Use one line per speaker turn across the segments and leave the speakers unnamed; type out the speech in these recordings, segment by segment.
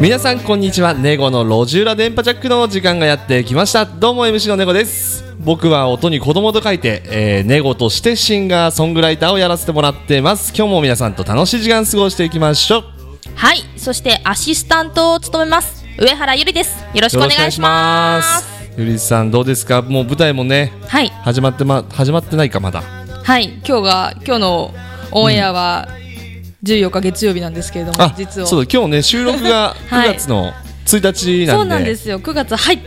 皆さんこんにちはネゴの路地裏電波ジャックの時間がやってきましたどうも MC のネゴです僕は音に子供と書いて、えーネゴとしてシンガーソングライターをやらせてもらってます今日も皆さんと楽しい時間過ごしていきましょう
はい、そしてアシスタントを務めます上原ゆりです。よろしくお願いします。
ゆりさんどうですかもう舞台もね
はい、
始まってま始まってないかまだ
はい、今日が今日のオンエアは14日月曜日なんですけれども、
あ
実を
そうだ今日ね収録 が
はい
9月の1日
そ
な
うん
で,、
なんですよ。9月入っ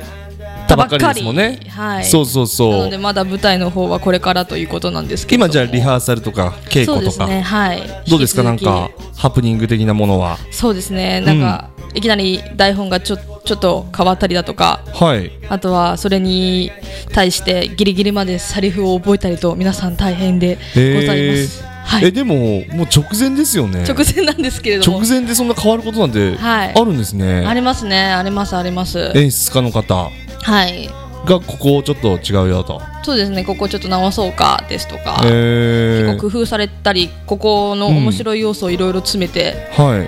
た
たば
ばっ
っ
か
か
り
り
ですもんね、
はい。
そうそう
な
そ
の
う
でまだ舞台の方はこれからということなんですけれども。
今じゃあリハーサルとか稽
そ
古
う
と
です
か、
ね。はい。
どうですかな
引
ん
き続き
か。ハプニング的なものは
そうですね。なんか、いきなり台本がちょちょっと変わったりだとか。
はい
あとはそれに対してギリギリまでセリフを覚えたりと皆さん大変でございます。
えー
は
え
い。
でももう直前ですよね
直前なんですけれども
直。前でそんな変わることなんて
はい
あるんですね、
ありますね。ありますあります。
演出家の方
はい。
がここちょっと違うよと、
そうですね。ここちょっと直そうかですとか、
え
こう工夫されたり、ここの面白い要素をいろいろ詰めて、
はい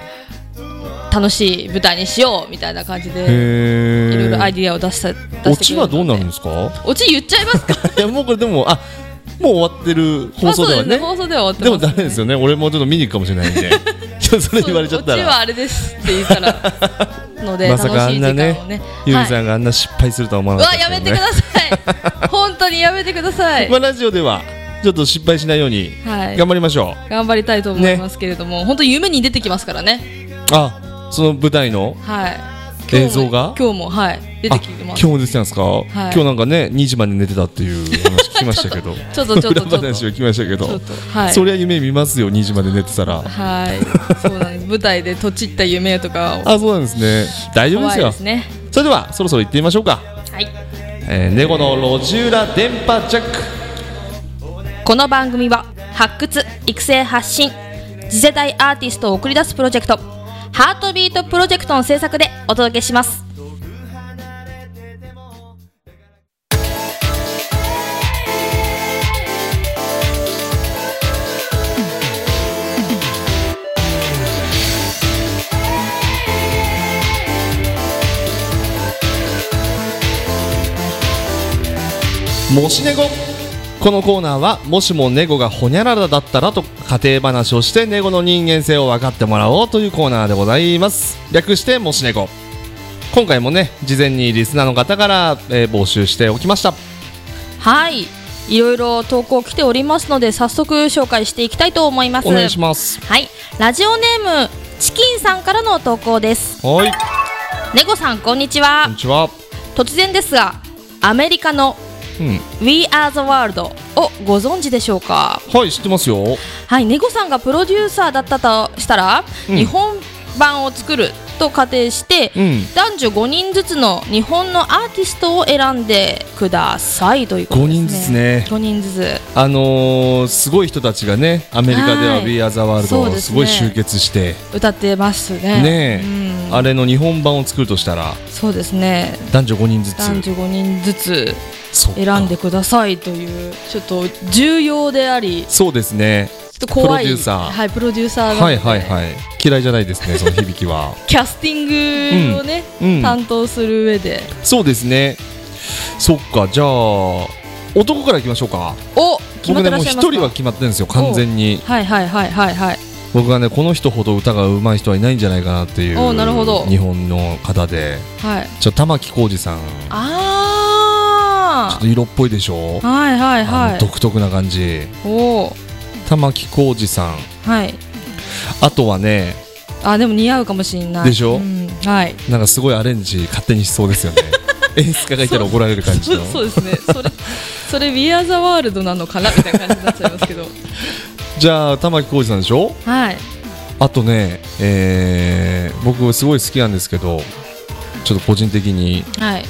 楽しい舞台にしようみたいな感じで、いろい
え
ろアイディアを出した。出してくれるの
オ
で
チはどうなるんですか
オチ言っち ゃいますか
いやもうこれでもあもう終わってる 放送ではね
あそうす放送では終
で
わ
も
って
ダ
ます、
メですよね俺もちょっと見に行くかもしれないん でちょっとそれ言われちゃった
そうオチは
ら
あれですって言っ たら、ので、
まさかあ
楽し
ん
い
な
時
ね
間をね。
ゆりさ
はい
んがあんな失敗するとは思わ
う
なかっ
わ、や
た
め
ですけ
て
ど
く
ね
だ さい。本当にやめてください。
まあラジオではちょっと失敗しないように
はい。
頑張りましょう、
頑張りたいと思いますけれども、本当に夢に出てきますからね。
あその舞台の
はい。
映像が
今日もはい出てきて
あ
ま
今
す
日。も出てきたんですか、今日なんかね2時まで寝てたっていう話聞きましたけ ど
ちょっとちょっと
裏
ちょっと
話を聞きましたけど
ちょっとはい。
そりゃ夢見ますよ2時まで寝てたら
はい。そうなんです。舞台でとちった夢とかを
あそうなんですね大丈夫で
怖
す
い
よ
ですね。
それではそろそろ行ってみましょうか
はい、
えー、猫の路地裏電波ジャック
この番組は発掘、育成、発信、次世代アーティストを送り出すプロジェクト、ハートビートプロジェクトの制作でお届けします。
もし猫このコーナーはもしも猫がほにゃららだったらと家庭話をして猫の人間性を分かってもらおうというコーナーでございます略してもし猫今回もね事前にリスナーの方から、えー募集しておきました
はい、
いろいろ投稿来ておりますので早速紹介していきたいと思います。
お願いします
はい、ラジオネームチキンさんからの投稿です。
はい
ネゴさんこんにち
こん
は
に。ちは
突然ですが、アメリカの
うん
We Are the World をご存知でしょうか。
はい知ってますよ
はい、ネゴさんがプロデューサーだったとしたら、
うん
日本版を作ると仮定して、
うん
男女5人ずつの日本のアーティストを選んでくださいということ
5
ですね。
人ずつ。ね
5人ずつ。
あのー、すごい人たちがねアメリカでは
は
「
い
We Are the
そうで
World」
すね
すごい集結して
歌ってますね。
ね
うん
えあれの日本版を作るとしたら
そうですね。
男女5人ずつ
男女5人ずつ
そっか
選んでくださいというちょっと重要であり
そうですね
ちょっと怖い
プロデューサー
はいプロデューサーなので
はいはいはい嫌いじゃない ですねその響きは
キャスティングをね、
うんうん
担当する上で
そうですねそっかじゃあ男からいきましょうか
お決ま
僕
って
ね
ら
も
っ
う
しゃい
一
ますか、
人は決まってるんですよ完全に
はいはいはいはいはい
僕がねこの人ほど歌が上手い人はいないんじゃないかなってい
お
う
うなるほど
日本の方で
はい
ちょっと玉置浩二さんちょ
あ
っと色っぽいでしょ
あはいはい
あ
は
の
い
独特な感じ
おお
玉置浩二さん
はい
あとはね
あでも似合うかもしれない
でしょ
うん、はい
なんかすごいアレンジ勝手にしそうです よね演出家がいたら怒られる感じ
そ
の
う そうですねそれそれ「We Are the World」なのかなみたいな感じになっちゃいますけど
じゃあ玉置浩二さんでしょ
はい
あとね、えー僕すごい好きなんですけどちょっと個人的に
はい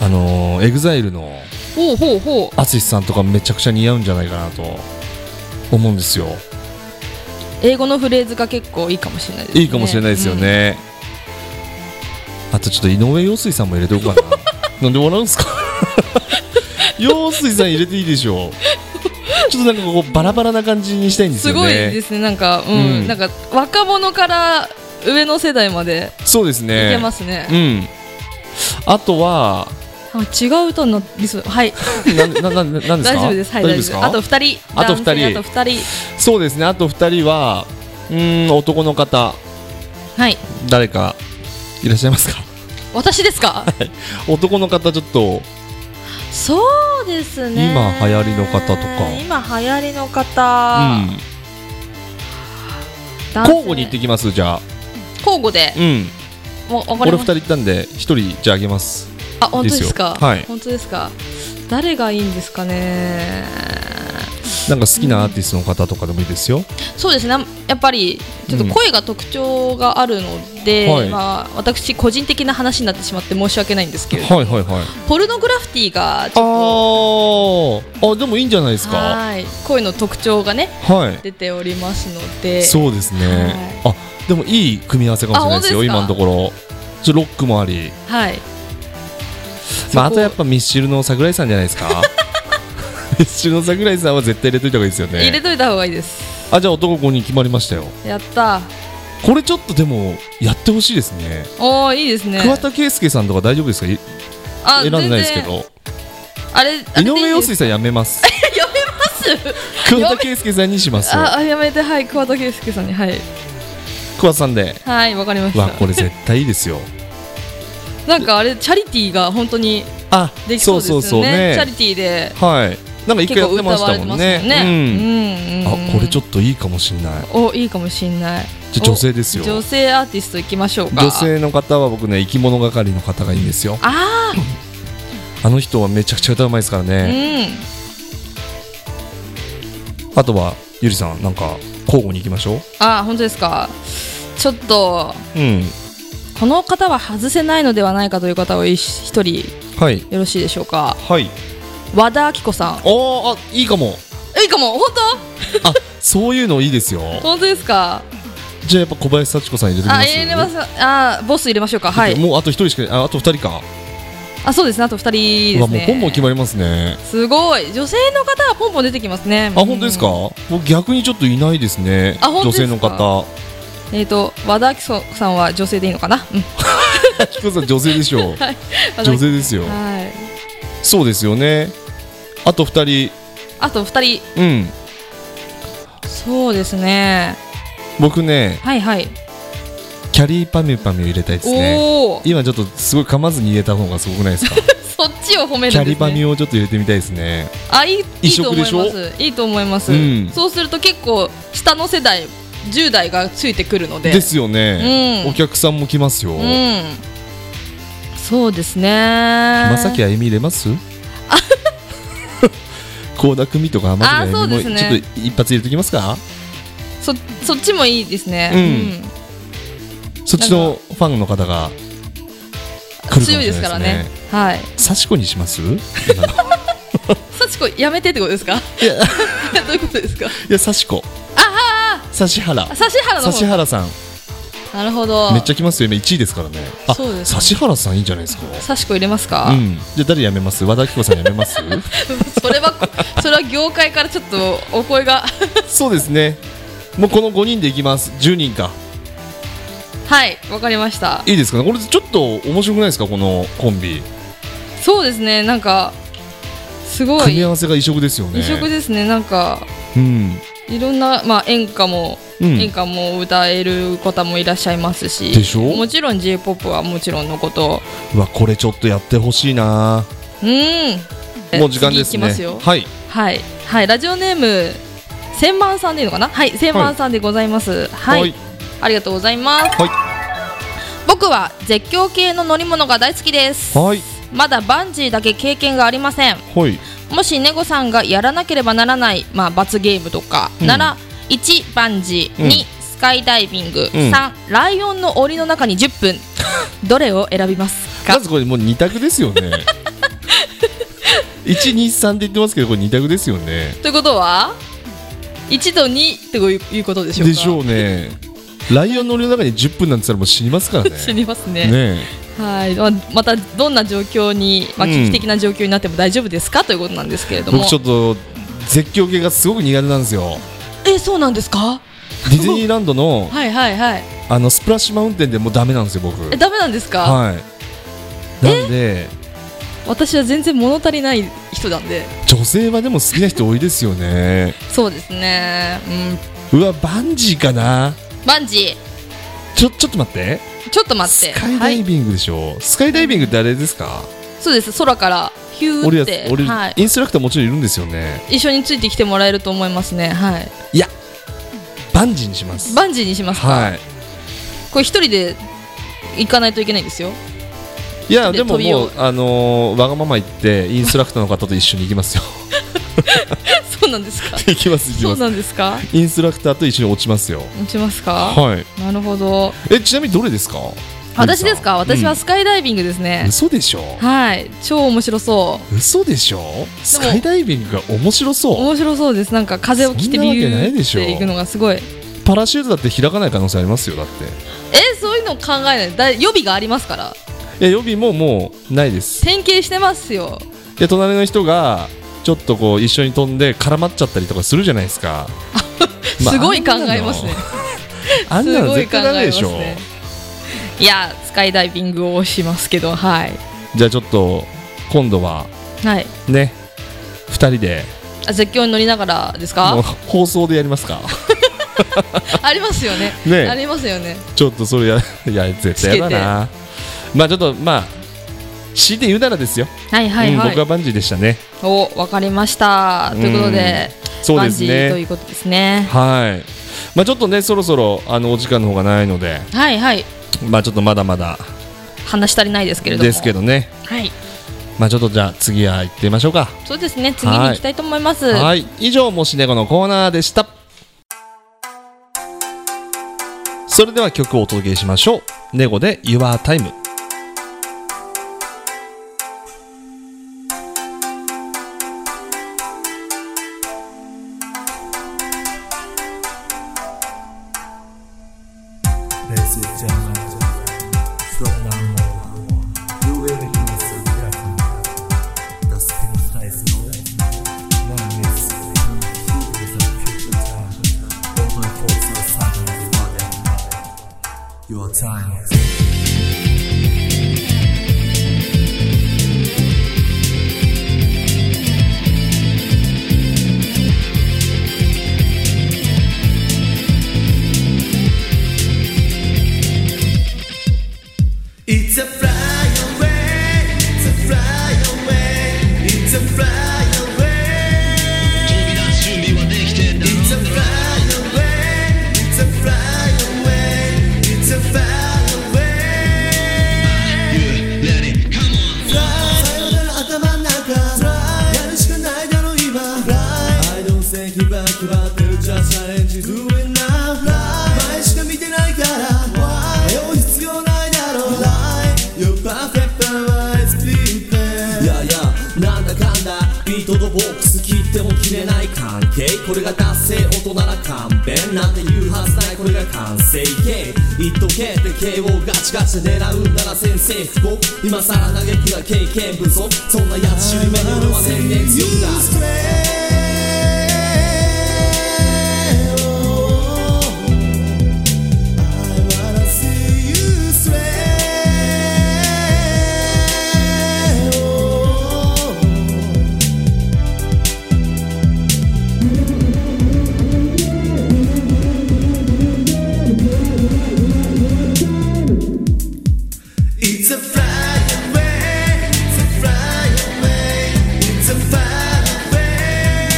あのー、EXILE の
ほうほうほう
淳さんとかめちゃくちゃ似合うんじゃないかなと思うんですよ
英語のフレーズが結構いいかもしれないですね
いいかもしれないですよ、ねあとちょっと井上陽水さんも入れておこうか ななんで笑うんすか 陽水さん入れていいでしょちょっとなんかこうバラバラな感じにしたいん
う
で
ん
す
す
よね
ごいですねなんかうん、
うん
なんか若者から上の世代まで
そうです
い
ね
けますね
う。んあとは
あ違う歌になりそう。はい。
ななななんですか
大丈夫です。はい、
大丈夫
大
ですか
丈夫。あと二人。
あと二人
男性あと二人。
そうですねあと2人はうーん男の方
はい。
誰かいらっしゃいますか
私ですか。
男の方ちょっと
そうですね
今流行りの方とか
今流行りの
う
方、
ん
男性
交互に行ってきますじゃあ
交互で
うん
もう分か
俺
り
2
ました
人行ったんで1人じゃああげます
あ本当ですか。
ですよはい
本当ですか。誰がいいんですかね。
なんか好きなアーティストの方とかでもいいですよ、
そうですね。やっぱりちょっと声が特徴があるので、
うんはい
まあ私個人的な話になってしまって申し訳ないんですけれど、
はいはいはい
ポルノグラフィティがち
あ
ょっ
ーあでもいいんじゃないです
と
か
はい声の特徴がね
はい
出ておりますので、
そうですね、あでもいい組み合わせかもしれないですよ
あ
今の
本当
と
です
ころちょロックもあり、
はい。
まあ、あとやっぱミッシルの桜井さんじゃない ですかミッシルの桜井さんは絶対入れといた方がいいですよ
入れ
ね
といた方がいいです。
あじゃあ男子に決まりましたよ
やった。
これちょっとでもやってほしいですね
おおいいですね。
桑田佳祐さんとか大丈夫ですかい
あ
選んでないですけ。
全然
ど
あれあれ
井
でいい
上
で
陽
す
水さんやめます
やめます。
桑田佳祐さんにします
ああやめてはい桑田佳祐さんにはい
桑田さんで
はいわかりまし
わ
た。
これ絶対いいですよ
なんかあれチャリティーが本当に
あ
でき
そ
そう
そう
うです
そう
よね。チャリ
ね
ティーで
はいなんか一回や
結
っ
構
て
歌
まし
わ
た
れて
も
ま
ん
すも
ね
んね。
うんあこれちょ
っ
っといいかもしれない
とおいいかもしんない。
じゃあ
お
女性ですよ
女性アーティスト行きましょうか。
女性の方は僕ね生き物係の方がいいんですよ
あ
あの人はめちゃくちゃ歌うまいですから
あう
ね
ん
あとはゆりさんなんか交互に行きましょ
あ本当ですか。ちょっと
ううん
この方は外せないのではないかという方を一一人
はい
よろしいでしょうか。
はい
和田アキ子さ
おーあいいかも
ん。いいかも本
あそういうのいいですよ
当本当ですか。
じゃあやっぱ小林幸子さん入れてきま
あ
す
入れます。あボス入れましょうか。はい。
もうあと一人しかああと二人か
あそうですねあと二人
う
で
わ
す
もう
ね。
本も決まりますね
すごい女性の方はポンポン出てきますね。
あ本当ですか、
うん
僕逆にちょっといないですね
あ本当
女
ですか
性の方
えっ、と和田アキ子さんは女性でいいのかな。うん
紀子さん女性でし ょう
和田
女
アキ
性ですよ
はい。
そうですよねあと二人
あと二人
うん
そうですね。
僕ね
はいはい。
キャリーパミュパミュ入れたいですね
おお
今ちょっとすごい噛まずに入れた方がすごくないですか
そっちを褒めるんです、
キ
ね。
ャリーパミュをちょっと入れてみたいですね
あいい
異
いい
色
と思い
で
ま
しょ
す。いいと思います。
うん
そうすると結構下の世代10代がついてくるので。
ですよね、
うん
お客さんも来ますよ、
うん。そうですね。
まさきあゆみ入れ ます倖田來未とか浜崎あゆ
あそうで
み
す
も、
ね
ちょっと一発入れてきますか
そそっちもいいですね。
うん
うん
そっちのファンの方が来るかもしれ
強
ないい
で
ですす
からね
ね。
はい。
幸子にします今の い
幸子やめてってことですか？
や
どういうことですか？
いや幸子
あ
指原
あ、指原の
指
方。
原さん
なるほど。
めっちゃ来ますよ今1位ですからねあ
そうですね
指原さんいいんじゃないですか
幸子入れますか？
うん、じゃあ誰やめます和田アキ子さんやめます
それはそれは業界からちょっとお声が
そうですねもうこの5人でいきます10人か
はいわかりました。
いいですかねこれちょっと面白くないですかこのコンビ
そうですねなんかすご
組み
い
合わせが異色ですよね
異色ですねなんか
うん
いろんなまあ演歌も。
うん
演歌も歌える方もいらっしゃいますし
でしょ
もちろん j p o p はもちろんのこと
うわこれちょっとやってほしいな
うん
もう時間ですね
次行きますよ
はい
はい、はい、ラジオネーム千万さんでいいのかなはい千万さんでございますはい、ありがとうございます
はい
僕は絶叫系の乗り物が大好きです
はい
まだバンジーだけ経験がありません
はい
もしネゴさんがやらなければならない、まあ、罰ゲームとか
うん
なら、1バンジー、
うん
2スカイダイビング、
うん
3ライオンの檻の中に10分 どれを選びます
ま
か
ずこれもう二択ですよ ね123って言ってますけどこれ二択ですよね
ということは1と2っていうことでしょうか
でしょうねライオンの檻の中に10分なんて言ったらもう死にます からね
知りますね
ね
はいまあまたどんな状況に、まあ、
うん
危機的な状況になっても大丈夫ですか、ということなんですけれども
僕ちょっと絶叫 系がすごく苦手なんですよ
えそうなんですか
ディズニーランドの
はいはいはい
あのスプラッシュマウンテンでもうダメなんですよ僕
えダメなんですか、
はいなんで
私は全然物足りない人なんで
女性はでも好きな人多いですよね
そうですねうん
うわバンジーかな
バンジ
ちょちょっと待って
ーちょっと待って
スカイダイ
はい、
ビングでしょ、スカイダイビングってあれですか
そうです空からヒュ
降り
ー
や
っ
つ
て
降りる
はい、
インストラクターもちろんいるんですよね
一緒についてきてもらえると思いますねはい
いやバンジーにします
バンジーにしますか、
はい
これ一人で行かないといけないんですよ
いや
で
でも
飛び
も
を
う、あのーわがまま言ってインストラクターの方と一緒に行きますよ
そうなんですか
行きます行き
そ
ま
う
す
なんですか
インストラクターと一緒に落ちますよ
打ちますか、
はい
なるほど
えちなみにどれですか
私ですか
ゆり
私
さん
はスカイダイビングです
うん
ね、
嘘でしょ
はい超面白そ
嘘でしょスカイダイビングが面白
う
そう
面白そうですなんか風を切って
そんな
ビ
わけ
ュ
ない
ー
でし
っ
ょ
ていくのがすごい
パラシュートだって開かない可能性ありますよだって
えそういうの考えないだい予備がありますから
いや予備ももうないです
典型してますよ
で隣の人がちょっとこう一緒に飛んで絡まっちゃったりとかするじゃないですか、まあ
すごい考えますね
あんな
す
の
ごい
絶
考
対
え
ダメ
ま
でし
す
ょ、
ねいやスカイダイビングをしますけどはい
じゃあちょっと今度は
はい
ね2人で
あ絶叫に乗りながらです
もう
か
放送でやりますか
ありますよね
ね
ありますよね
ちょっとそれやいや絶対やだなまあちょっとまあ強いて言うならですよ、
はいはい
うん
はい、
僕はバンジーでしたね
おわかりましたということで
そう
バ
で
ン
す
ジーとい
ね
うことですね
はいまあちょっとねそろそろあのお時間の方がないので
はいはい
まあちょっとまだまだ
話し足りないですけれども
ですけどね
はい
まあちょっとじゃあ次は行ってみましょうか
そうですね次に行きたいと思いますは
はい以上もし猫のコーナーでしたそれでは曲をお届けしましょうネゴで Your Time
It's a fly away, it's a fly away, it's a fly away.
準備はできてんだろ
It's a fly away, it's a fly away, it's a fly away.
You ready? Come on!
さよなら頭ん中やるしかないだろ今 I don't think back about it just challenge do it now 前しか見てないから迷う必要ないだろ Your perfect power is sleeping いやいやなんだかんだビートとボックス切っても切れない関係これが達成音なら勘弁なんて言うはずないこれが完成形言っとけって KO ガチガチで狙うなら先生不幸今さら嘆くが経験不足そんなやつ知り目に俺は全然強くなる It's a fly away, it's a fly away, it's a fly away.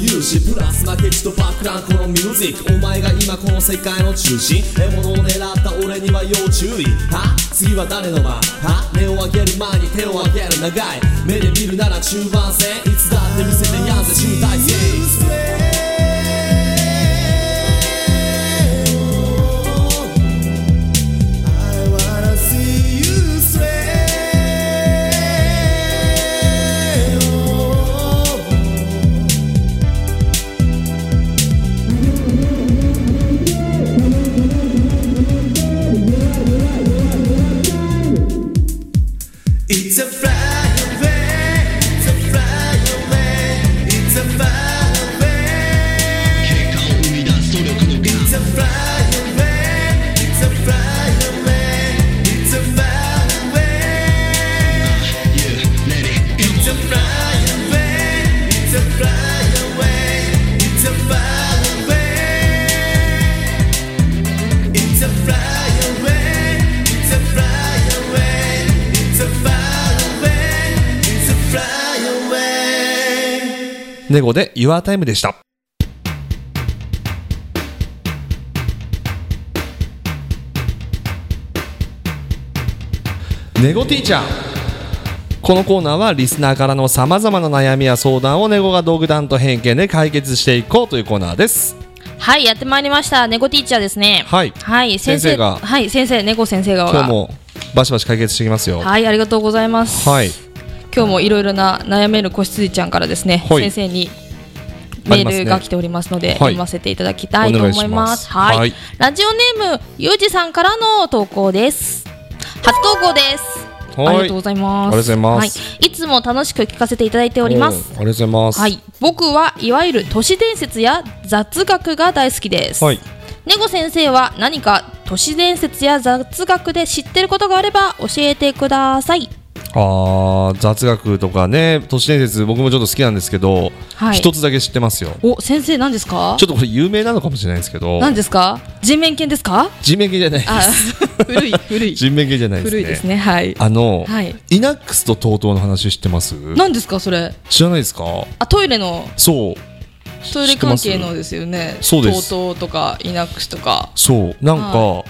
重視プラスなケチとバックランこのミュージックお前が今この世界の中心獲物を狙った俺には要注意は次は誰の番は根を上げる前に手を上げる長い目で見るなら中盤戦いつだって見せてやんぜ集大成 I wanna see you sway. Oh.
結果を生み出す努力のが You let it come on
away.
ネゴで Your Time でした。ネゴティーチャーこのコーナーはリスナーからのさまざまな悩みや相談をネゴが独断と偏見で解決していこうというコーナーです。
はい、やってまいりました。ネゴティーチャーですね。
はい
はい、
先
先
生
生
が
はい、先生、ネゴ先生側
今
が。
日もバシバシ解決していきますよ。
はい、ありがとうございます。
はい。
今日もいろいろな悩める子羊ちゃんからですね、
はい
先生に
あ
メ
りますね
ールが来ておりますので、
はい
読ませていただきたいと思います
お願いします
はい、
はい
ラジオネームゆうじさんからの投稿です初投稿ですありがとうございます
ありがとうございます
はい、いつも楽しく聞かせていただいております
おーありがとうございます。
はい、僕はいわゆる都市伝説や雑学が大好きです、
はい
ネゴ先生は何か都市伝説や雑学で知ってることがあれば教えてください
あー雑学とかね都市伝説僕もちょっと好きなんですけど
はい
一、つだけ知ってますよ
お先生何ですか
ちょっとこれ有名なのかもしれないですけど
何ですか人面犬ですか
人面系じゃない
あ古い古い
人面系じゃないですね
古いですねはい
あの、
はい
イナックスと TOTO の話知ってます
何ですかそれ
知らないですか
あトイレの
そう
トイレ関係のですよね
そうです
とうとうとかイナックスとか
そうなんか、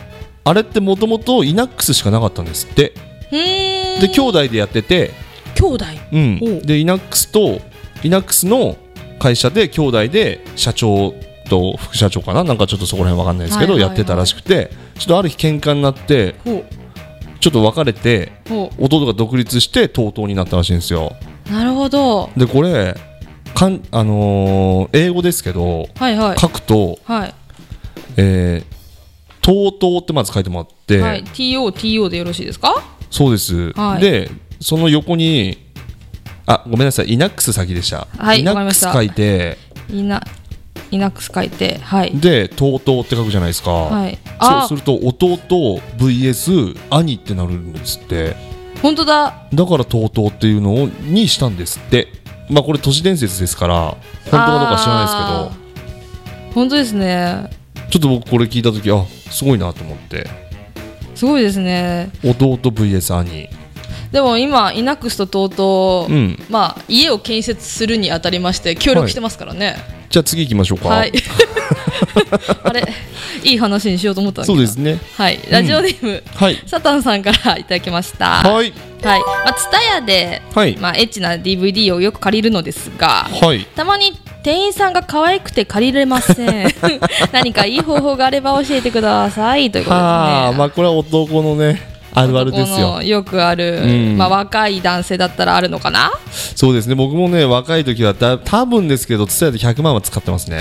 あれってもともとイナックスしかなかったんですって
うーん
で兄弟でやってて、
兄弟
うん
おう
でイナックスとイナックスの会社で兄弟で社長と副社長かななんかちょっとそこら辺わかんないですけど、
はいはいはい
やってたらしくてちょっとある日喧嘩になって
ほ
ちょっと別れて
うほ
弟が独立して TOTO になったらしいんですよ
うなるほど
でこれかん、あのー英語ですけど
はいはい
書くと
はい
「えー、TOTO」ってまず書いてもらって、
はい TOTO でよろしいですか
そうです、
はい
でその横にあごめんなさいイナックス先でした、
はい
イナックス
わか
書
り
い
ま
て
イナイナックス書いてはい
で「TOTO」って書くじゃないですか、
はい
そう
あ
すると弟 VS 兄ってなるんですって
本当だ
だから TOTO っていうのをにしたんですってまあこれ都市伝説ですから本当かどうか知らないですけど
本当ですね
ちょっと僕これ聞いた時あすごいなと思って
すごいですね
弟 VS 兄
でも今イナックスと TOTO、
うん
まあ家を建設するにあたりまして協力してますからね
じゃあ次行きましょうか
はい、 あれいい話にしようと思ったんだけ
そ
ど
うですね
はいラジオネーム、
はい
サタンさんからいただきました
はい
はい、まあ、ツタヤで、
はい
まあ、エッチな DVD をよく借りるのですが、
はい
たまに店員さんが可愛くて借りれ ません何かいい方法があれば教えてくださいということですね
はあまあこれは男のねあるあるです
こ
よ
のよくある、
うん
まあ、若い男性だったらあるのかな
そうですね僕もね若い時はだ多分ですけど伝えて100万は使って ますね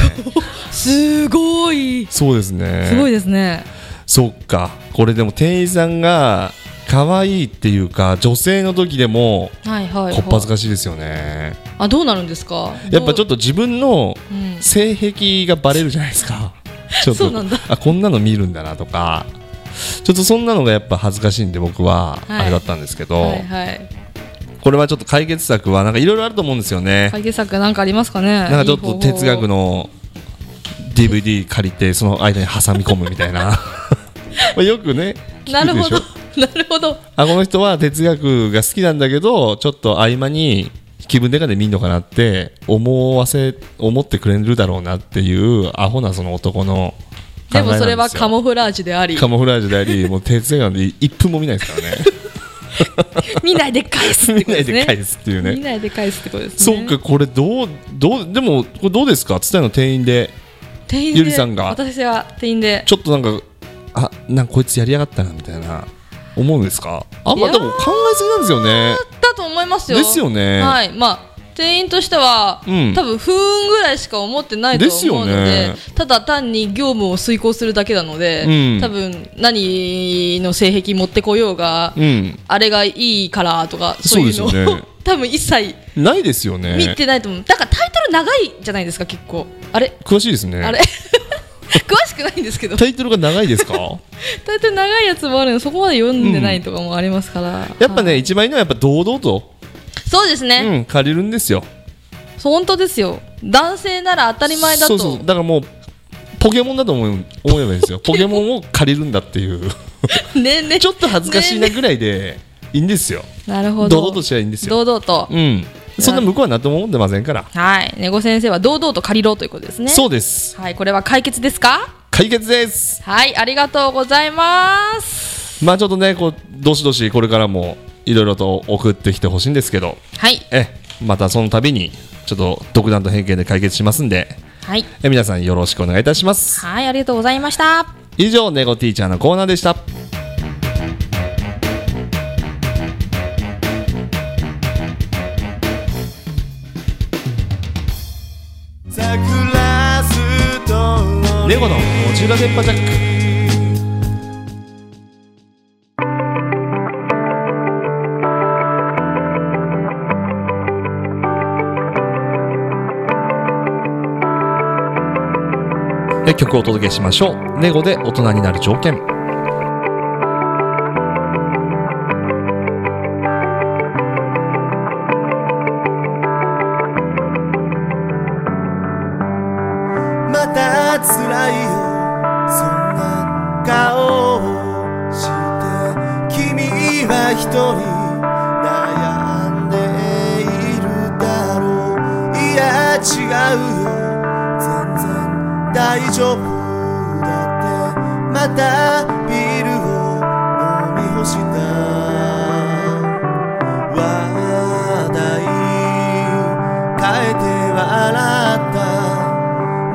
すごい
そうですね
すごいですね
そっかこれでも店員さんが可愛いっていうか女性の時でも
はいはい、はい、
こっぱずかしいですよね
あどうなるんですか
やっぱちょ
っ
っと自分の
と、うん、
性癖がバレるじゃないです かちょっと
そうなんだ
あこんなの見るんだなとかちょっとそんなのがやっぱ恥ずかしいんで僕は
はい
あれだったんですけど、
はいはい
これはちょっと解決策はなんかいろいろあると思うんですよね、
解決策なんかありますかね
なんかちょっと哲学
の
の DVD 借りてその間に挟み込むみたい なまあよくね
な
聞く
る
で
ほ
し
ど
ょ
なるほど
あこの人は哲学が好きなんだけどちょっと合間に気分でかで見んのかなって思わせ思ってくれるだろうなっていうアホなその男の考え
で
なん
も
すよ
それはカモフラージュであり
カモフラージュでありもう徹夜なんで一分も見ないです からね
見ないで返すっ
見
てこと
ないで
ですね
返すっていうね
見ないで返すってことです
そ
ね
うかこれどうどうでもこれどうですか蔦屋の店員で
店員で
ゆりさんが
私は店員で
ちょっとなんかあなんかこいつやりやがったなみたいな思うんですかあん
い
ま
や
で
ー
も考えすぎなんですよね
だと思いますよ
ですよね
はいまあ店員としては、
うん
多分不運ぐらいしか思ってないと
ですよ
思うの
ね
でただ単に業務を遂行するだけなので、
うん
多分何の性癖持ってこようが、
うん
あれがいいからとかそういうの
そうですよね
多分一切
ないですよね
見てないと思う、だからタイトル長いじゃないですか結構あれ
詳しいですね
あれ 詳しくないんですけど
タイトルが長いです か
タイトル長いやつもあるのでそこまで読んでないとかもありますから、
やっぱね
はい
一番いいのはやっぱ堂々と、
そうですね、
うん、借りるんですよ
そう本当ですよ男性なら当たり前だと
そうそうだからもうポケモンだと思う思えばいいんで すよポケモンを借りるんだっていう
年齢
ちょっと恥ずかしいなぐらいでいいんですよ
なるほ
堂
ど
々としたらいいんですよ
堂々と、
うんそんな向こうは何とも思ってませんから、
はい猫先生は堂々と借りろということですね
そうです
はいこれは解決ですか
解決です
はいありがとうございます
まあちょっとねこうどしどしこれからもいろいろと送ってきてほしいんですけど
はい
えまたその度にちょっと独断と偏見で解決しますんで
はい
え皆さんよろしくお願いいたします
はいありがとうございました
以上ネゴティーチャーのコーナーでしたネゴの持ち裏電波ジャックえ曲をお届けしましょうネゴで大人になる条件
また辛いよそんな顔をして君は一人悩んでいるだろういや違うよ全然大丈夫だってまたビールを飲み干した話題変えて笑った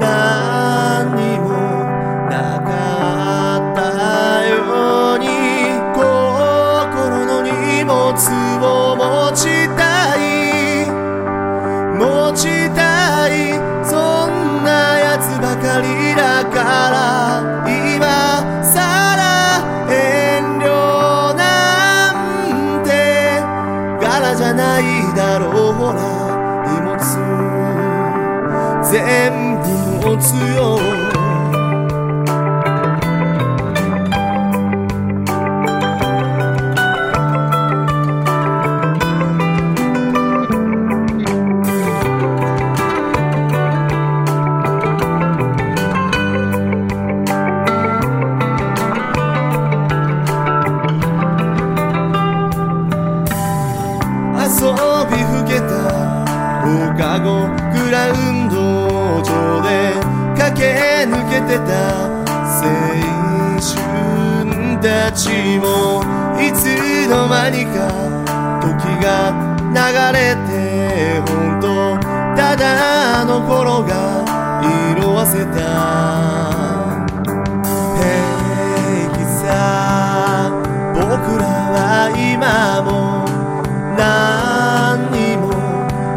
何にもなかったように心の荷物を持ちたい持ちたいそんなやつばかりだから今さら遠慮なんて柄じゃないだろうほら荷物全部持つよ遊びふけた放課後グラウンド上で駆け抜けてた青春たちもいつの間にか時が流れて本当ただあの頃が色あせた平気さ僕らは今も何にも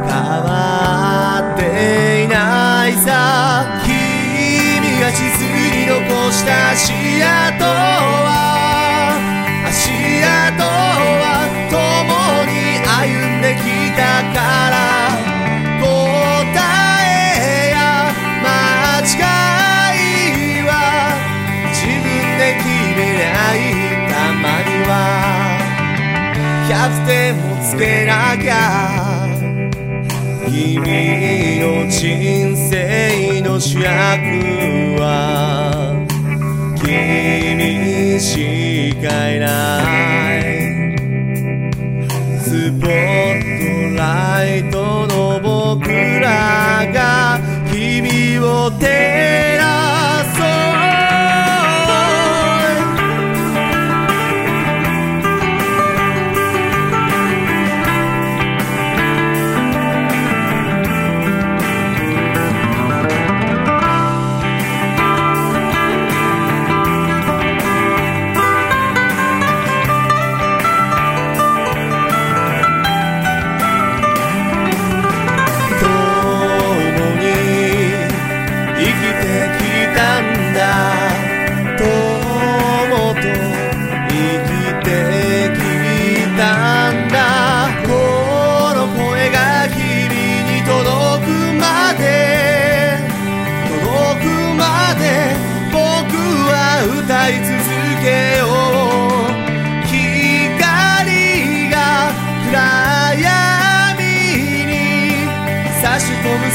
変わっていないさ君が地図に残した足跡は足跡は共に歩んできたから答えや間違いは自分で決めないたまには100点もつけなきゃ君の人生の主役は君しかいないスポットライト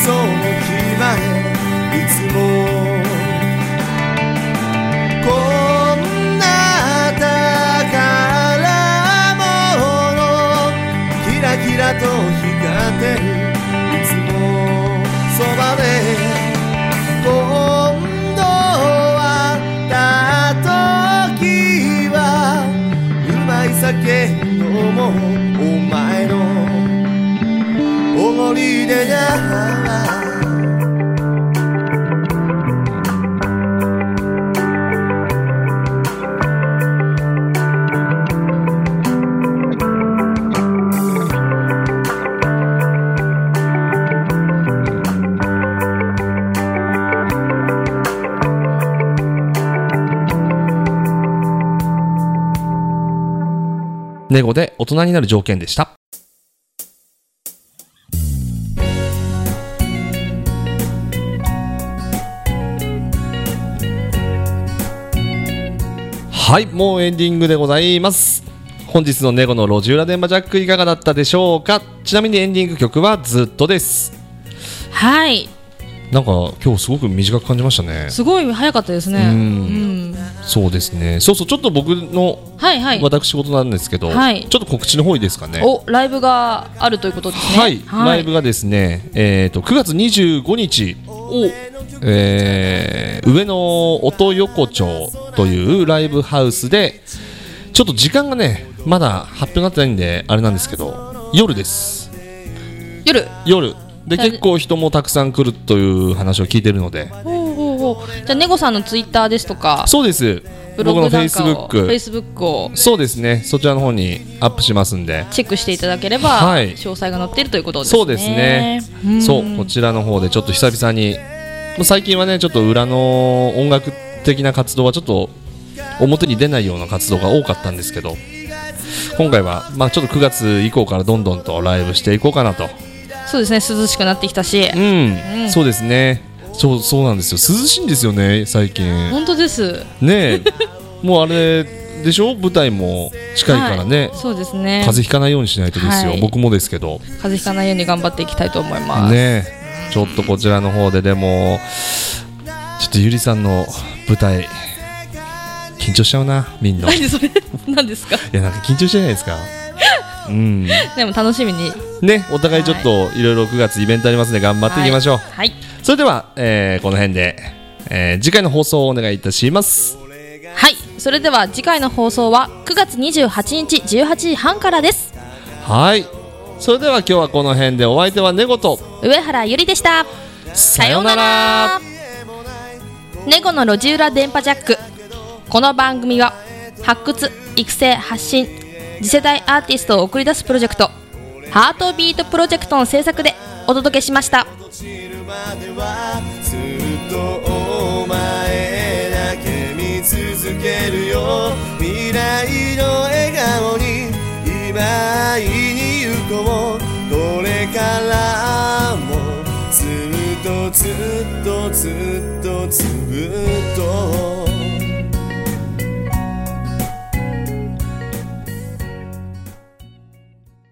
そう暇へいつもこんな宝物キラキラと光ってるいつもそばで今度はた時はうまい酒飲もうお前の思い出だ
ネゴで大人になる条件でした。はい、もうエンディングでございます。本日のネゴの路地裏電波ジャックいかがだったでしょうかちなみにエンディング曲はずっとです。
はい
なんか今日すごく短く感じましたね。
すごい早かったですね。
う
うんん。
そうですね。そうそう、ちょっと僕の
はいはい。
私事なんですけど、
はい
ちょっと告知の方いいですかね。
おライブがあるということですね。
はい、ライブがですね、えー、と9月25日を、えー上野音横丁というライブハウスでちょっと時間がねまだ発表になってないんであれなんですけど夜です
夜。
夜で
はい
結構人もたくさん来るという話を聞いてるので
ほうほうほう。じゃあネゴさんのツイッターですとか、
そうです
ブ
僕
ロ
の
グ
フェ
な
イ
ん
ス
か
ブッ
をフェイ
ク
スブックを
そうですねそちらの方にアップしますんで
チェックしていただければ、
はい
詳細が載っているということですね。
そうですね。そう、こちらの方でちょっと久々に、もう最近はね、ちょっと裏の音楽的な活動はちょっと表に出ないような活動が多かったんですけど、今回は、まあちょっと9月以降からどんどんとライブしていこうかなと。
そうですね。涼しくなってきたし、
うん、そうですね。そう、そうなんですよ。涼しいんですよね、最近。
本当です。
ねえ、もうあれでしょ舞台も近いからね。
はいそうですね。
風邪ひかないようにしないとですよ、
はい
僕もですけど、
風邪ひかないように頑張っていきたいと思います。
ねえちょっとこちらの方ででもちょっとゆりさんの舞台緊張しちゃうなみんない
何それ何ですか
やなんか緊張しちゃうじゃないですかうんね
でも楽しみに
お互いちょっといろいろ9月イベントありますね頑張っていきましょう、
はい
それでは、えーこの辺で、えー次回の放送をお願いいたします
はいそれでは次回の放送は9月28日18時半からです
はいそれでは今日はこの辺でお相手はネゴと
上原ゆりでした
さ
猫の路地裏電波ジャックこの番組は発掘育成発信次世代アーティストを送り出すプロジェクトハートビートプロジェクトの制作でお届けしました
落ちるまではずっとお前だけ見続けるよ未来の笑顔に今会いに行こうこれからもずっとずっとずっとずっと